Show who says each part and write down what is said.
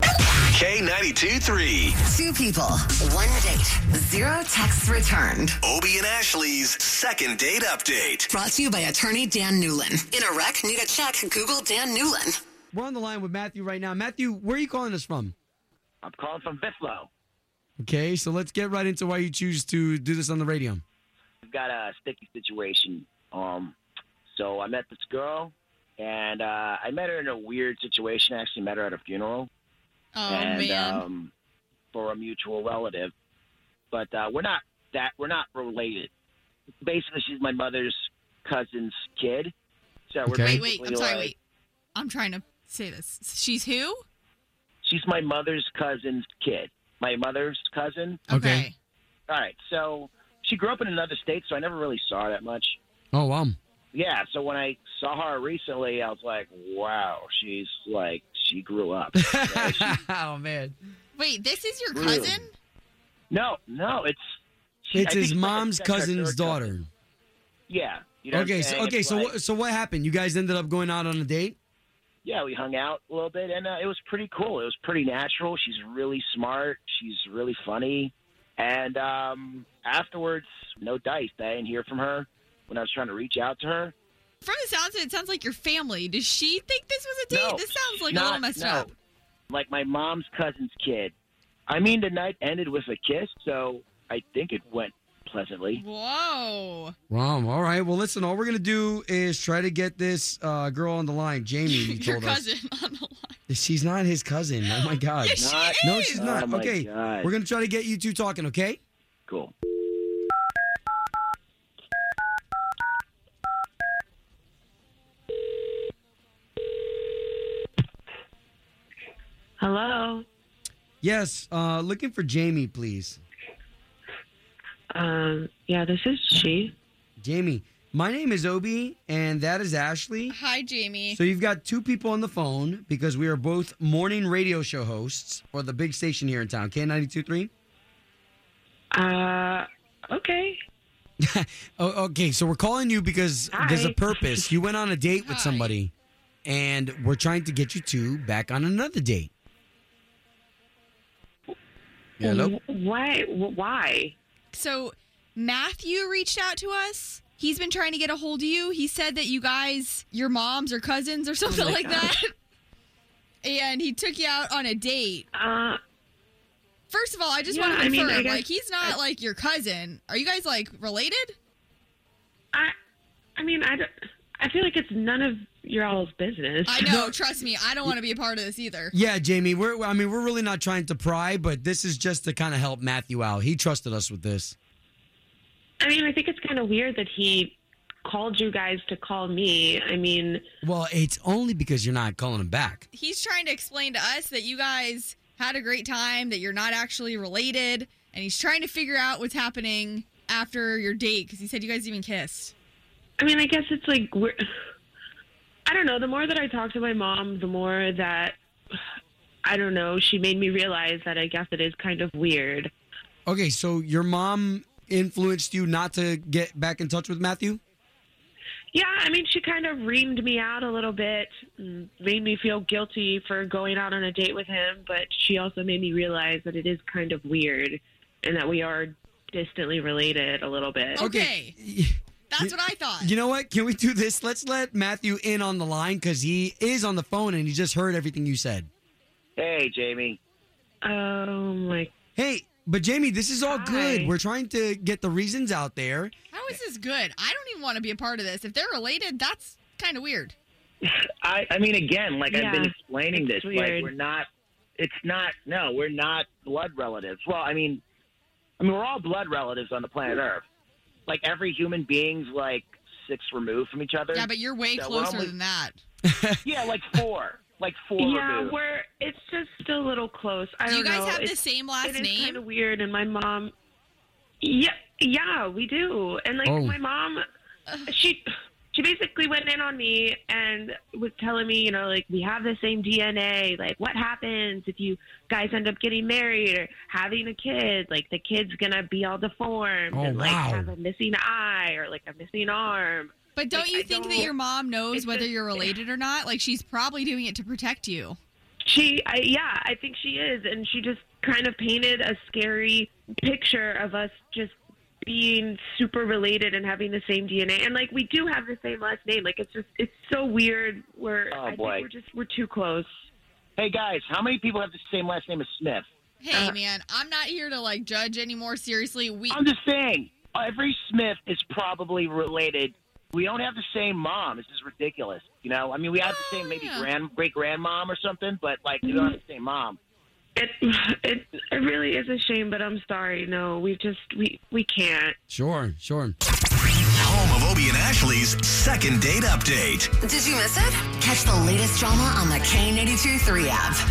Speaker 1: K92 3.
Speaker 2: Two people, one date, zero texts returned.
Speaker 1: Obie and Ashley's second date update.
Speaker 2: Brought to you by attorney Dan Newlin. In a wreck, need a check, Google Dan Newlin.
Speaker 3: We're on the line with Matthew right now. Matthew, where are you calling us from?
Speaker 4: I'm calling from Biflo.
Speaker 3: Okay, so let's get right into why you choose to do this on the radio.
Speaker 4: We've got a sticky situation. Um, so I met this girl, and uh, I met her in a weird situation. I actually met her at a funeral,
Speaker 5: Oh
Speaker 4: and
Speaker 5: man.
Speaker 4: um, for a mutual relative. But uh, we're not that we're not related. Basically, she's my mother's cousin's kid. So we're
Speaker 3: Okay.
Speaker 5: wait, wait. I'm
Speaker 4: basically
Speaker 5: sorry.
Speaker 4: like-
Speaker 5: Wait. I'm trying to say this. She's who?
Speaker 4: She's my mother's cousin's kid. My mother's cousin.
Speaker 3: Okay.
Speaker 4: All right, so she grew up in another state, so I never really saw her that much.
Speaker 3: Oh, wow.
Speaker 4: yeah, so when I saw her recently, I was like, wow, she's like, she grew up. Like, she-
Speaker 3: oh, man.
Speaker 5: Wait, this is your
Speaker 4: Really?
Speaker 5: cousin?
Speaker 4: no, no, it's. she- I
Speaker 3: It's
Speaker 4: think
Speaker 3: his
Speaker 4: like a
Speaker 3: mom's
Speaker 4: second or
Speaker 3: cousin's
Speaker 4: third cousin.
Speaker 3: daughter.
Speaker 4: Yeah. You know what
Speaker 3: Okay,
Speaker 4: I'm
Speaker 3: so
Speaker 4: saying?
Speaker 3: okay,
Speaker 4: It's
Speaker 3: so
Speaker 4: like-
Speaker 3: what, so what happened? You guys ended up going out on a date?
Speaker 4: yeah, we hung out a little bit, and uh, it was pretty cool. It was pretty natural. She's really smart. She's really funny. And um, afterwards, no dice. I didn't hear from her when I was trying to reach out to her.
Speaker 5: From the sounds of it, it sounds like your family. Does she think this was a date?
Speaker 4: No,
Speaker 5: this sounds like a
Speaker 4: not-
Speaker 5: little messed
Speaker 4: no.
Speaker 5: up.
Speaker 4: Like my mom's cousin's kid. I mean, the night ended with a kiss, so I think it went pleasantly.
Speaker 5: Whoa.
Speaker 3: Wow. All right. Well, listen, all we're going to do is try to get this uh, girl on the line, Jamie, you
Speaker 5: your
Speaker 3: told us.
Speaker 5: cousin on the line.
Speaker 3: She's not his cousin. Oh, my God.
Speaker 5: Yes, she
Speaker 4: Not-
Speaker 5: is.
Speaker 3: no, she's not.
Speaker 4: Oh, my
Speaker 3: okay.
Speaker 4: God.
Speaker 3: We're going to try to get you two talking, okay?
Speaker 4: Cool.
Speaker 6: Hello.
Speaker 3: Yes. Uh, looking for Jamie, please.
Speaker 6: Um, yeah, this is she.
Speaker 3: Jamie, my name is Obi, and that is Ashley.
Speaker 5: Hi, Jamie.
Speaker 3: So you've got two people on the phone because we are both morning radio show hosts for the big station here in town, K92.3.
Speaker 6: Uh, okay.
Speaker 3: Oh, okay, so we're calling you because there's a
Speaker 6: Hi.
Speaker 3: purpose. You went on a date with
Speaker 5: Hi.
Speaker 3: somebody, and we're trying to get you two back on another date. Hello?
Speaker 6: Wh- Why? wh- Why?
Speaker 5: So Matthew reached out to us. He's been trying to get a hold of you. He said that you guys, your moms or cousins or
Speaker 4: Oh
Speaker 5: something
Speaker 6: my
Speaker 5: like
Speaker 6: God.
Speaker 5: that. And he took you out on a date.
Speaker 6: Uh,
Speaker 5: First of all, I just
Speaker 6: Yeah,
Speaker 5: want to
Speaker 6: I mean,
Speaker 5: confirm,
Speaker 6: I guess-
Speaker 5: like, he's not like your cousin. Are you guys like related?
Speaker 6: I. I mean, I. don't- I feel like it's none of your all's business.
Speaker 5: I know. Trust me, I don't want to be a part of this either.
Speaker 3: Yeah, Jamie, we're I mean, we're really not trying to pry, but this is just to kind of help Matthew out. He trusted us with this.
Speaker 6: I mean, I think it's kind of weird that he called you guys to call me. I mean,
Speaker 3: Well, it's only because you're not calling him back.
Speaker 5: He's trying to explain to us that you guys had a great time, that you're not actually related, and he's trying to figure out what's happening after your date because he said you guys even kissed.
Speaker 6: I mean, I guess it's like we're. I don't know. The more that I talk to my mom, the more that I don't know. She made me realize that I guess it is kind of weird.
Speaker 3: Okay, so your mom influenced you not to get back in touch with Matthew?
Speaker 6: Yeah, I mean, she kind of reamed me out a little bit, and made me feel guilty for going out on a date with him, but she also made me realize that it is kind of weird and that we are distantly related a little bit.
Speaker 3: Oh.
Speaker 5: Okay. That's what I thought.
Speaker 3: You know what? Can we do this? Let's let Matthew in on the line because he is on the phone and he just heard everything you said.
Speaker 4: Hey, Jamie.
Speaker 6: Oh my.
Speaker 3: Hey, but Jamie, this is all
Speaker 6: Hi.
Speaker 3: good. We're trying to get the reasons out there.
Speaker 5: How is this good? I don't even want to be a part of this. If they're related, that's kind of weird.
Speaker 4: I, I mean, again, like I've been
Speaker 6: Yeah,
Speaker 4: explaining this,
Speaker 6: it's
Speaker 4: like
Speaker 6: weird.
Speaker 4: we're not. It's not. No, we're not blood relatives. Well, I mean, I mean, we're all blood relatives on the planet Earth. Like every human being's like six removed from each other.
Speaker 5: Yeah, but you're way
Speaker 4: Yeah, we're
Speaker 5: closer
Speaker 4: almost-
Speaker 5: than that.
Speaker 4: yeah, like four. like four
Speaker 6: yeah,
Speaker 4: removed.
Speaker 6: we're it's just a little close. I
Speaker 5: Do you
Speaker 6: don't
Speaker 5: guys
Speaker 6: know.
Speaker 5: have the
Speaker 6: It's-
Speaker 5: same last
Speaker 6: It is kind of
Speaker 5: name?
Speaker 6: weird, and my mom. Yeah, yeah, we do. And like
Speaker 3: Oh.
Speaker 6: my mom, she she basically went in on me and was telling me, you know, like we have the same DNA. Like, what happens if you guys end up getting married or having a kid? Like, the kid's gonna be all deformed
Speaker 3: Oh,
Speaker 6: and like
Speaker 3: wow.
Speaker 6: have a missing eye or like a missing arm.
Speaker 5: But don't
Speaker 6: Like,
Speaker 5: you
Speaker 6: I
Speaker 5: think that
Speaker 6: don't-
Speaker 5: your mom knows
Speaker 6: it's
Speaker 5: whether
Speaker 6: just-
Speaker 5: you're related or not? Like she's probably doing it to protect you.
Speaker 6: She, I, yeah, I think she is, and she just kind of painted a scary picture of us just being super related and having the same DNA, and like we do have the same last name. Like it's just, it's so weird. We're,
Speaker 4: Oh,
Speaker 6: I
Speaker 4: boy.
Speaker 6: think we're just, we're too close.
Speaker 4: hey guys, how many people have the same last name as Smith?
Speaker 6: Uh,
Speaker 5: Hey man, I'm not here to like judge anymore. Seriously, we
Speaker 4: I'm just saying, every Smith is probably related. We don't have the same mom. This is ridiculous. You know, I mean, we have the same maybe
Speaker 5: yeah.
Speaker 4: grand great grandmom or something, but like we don't have the same mom.
Speaker 6: It, it, it really is a shame, but I'm sorry. No, we just, we, we can't.
Speaker 3: Sure, sure.
Speaker 1: Home of Obie and Ashley's second date update.
Speaker 2: Did you miss it? Catch the latest drama on the K82 3 app.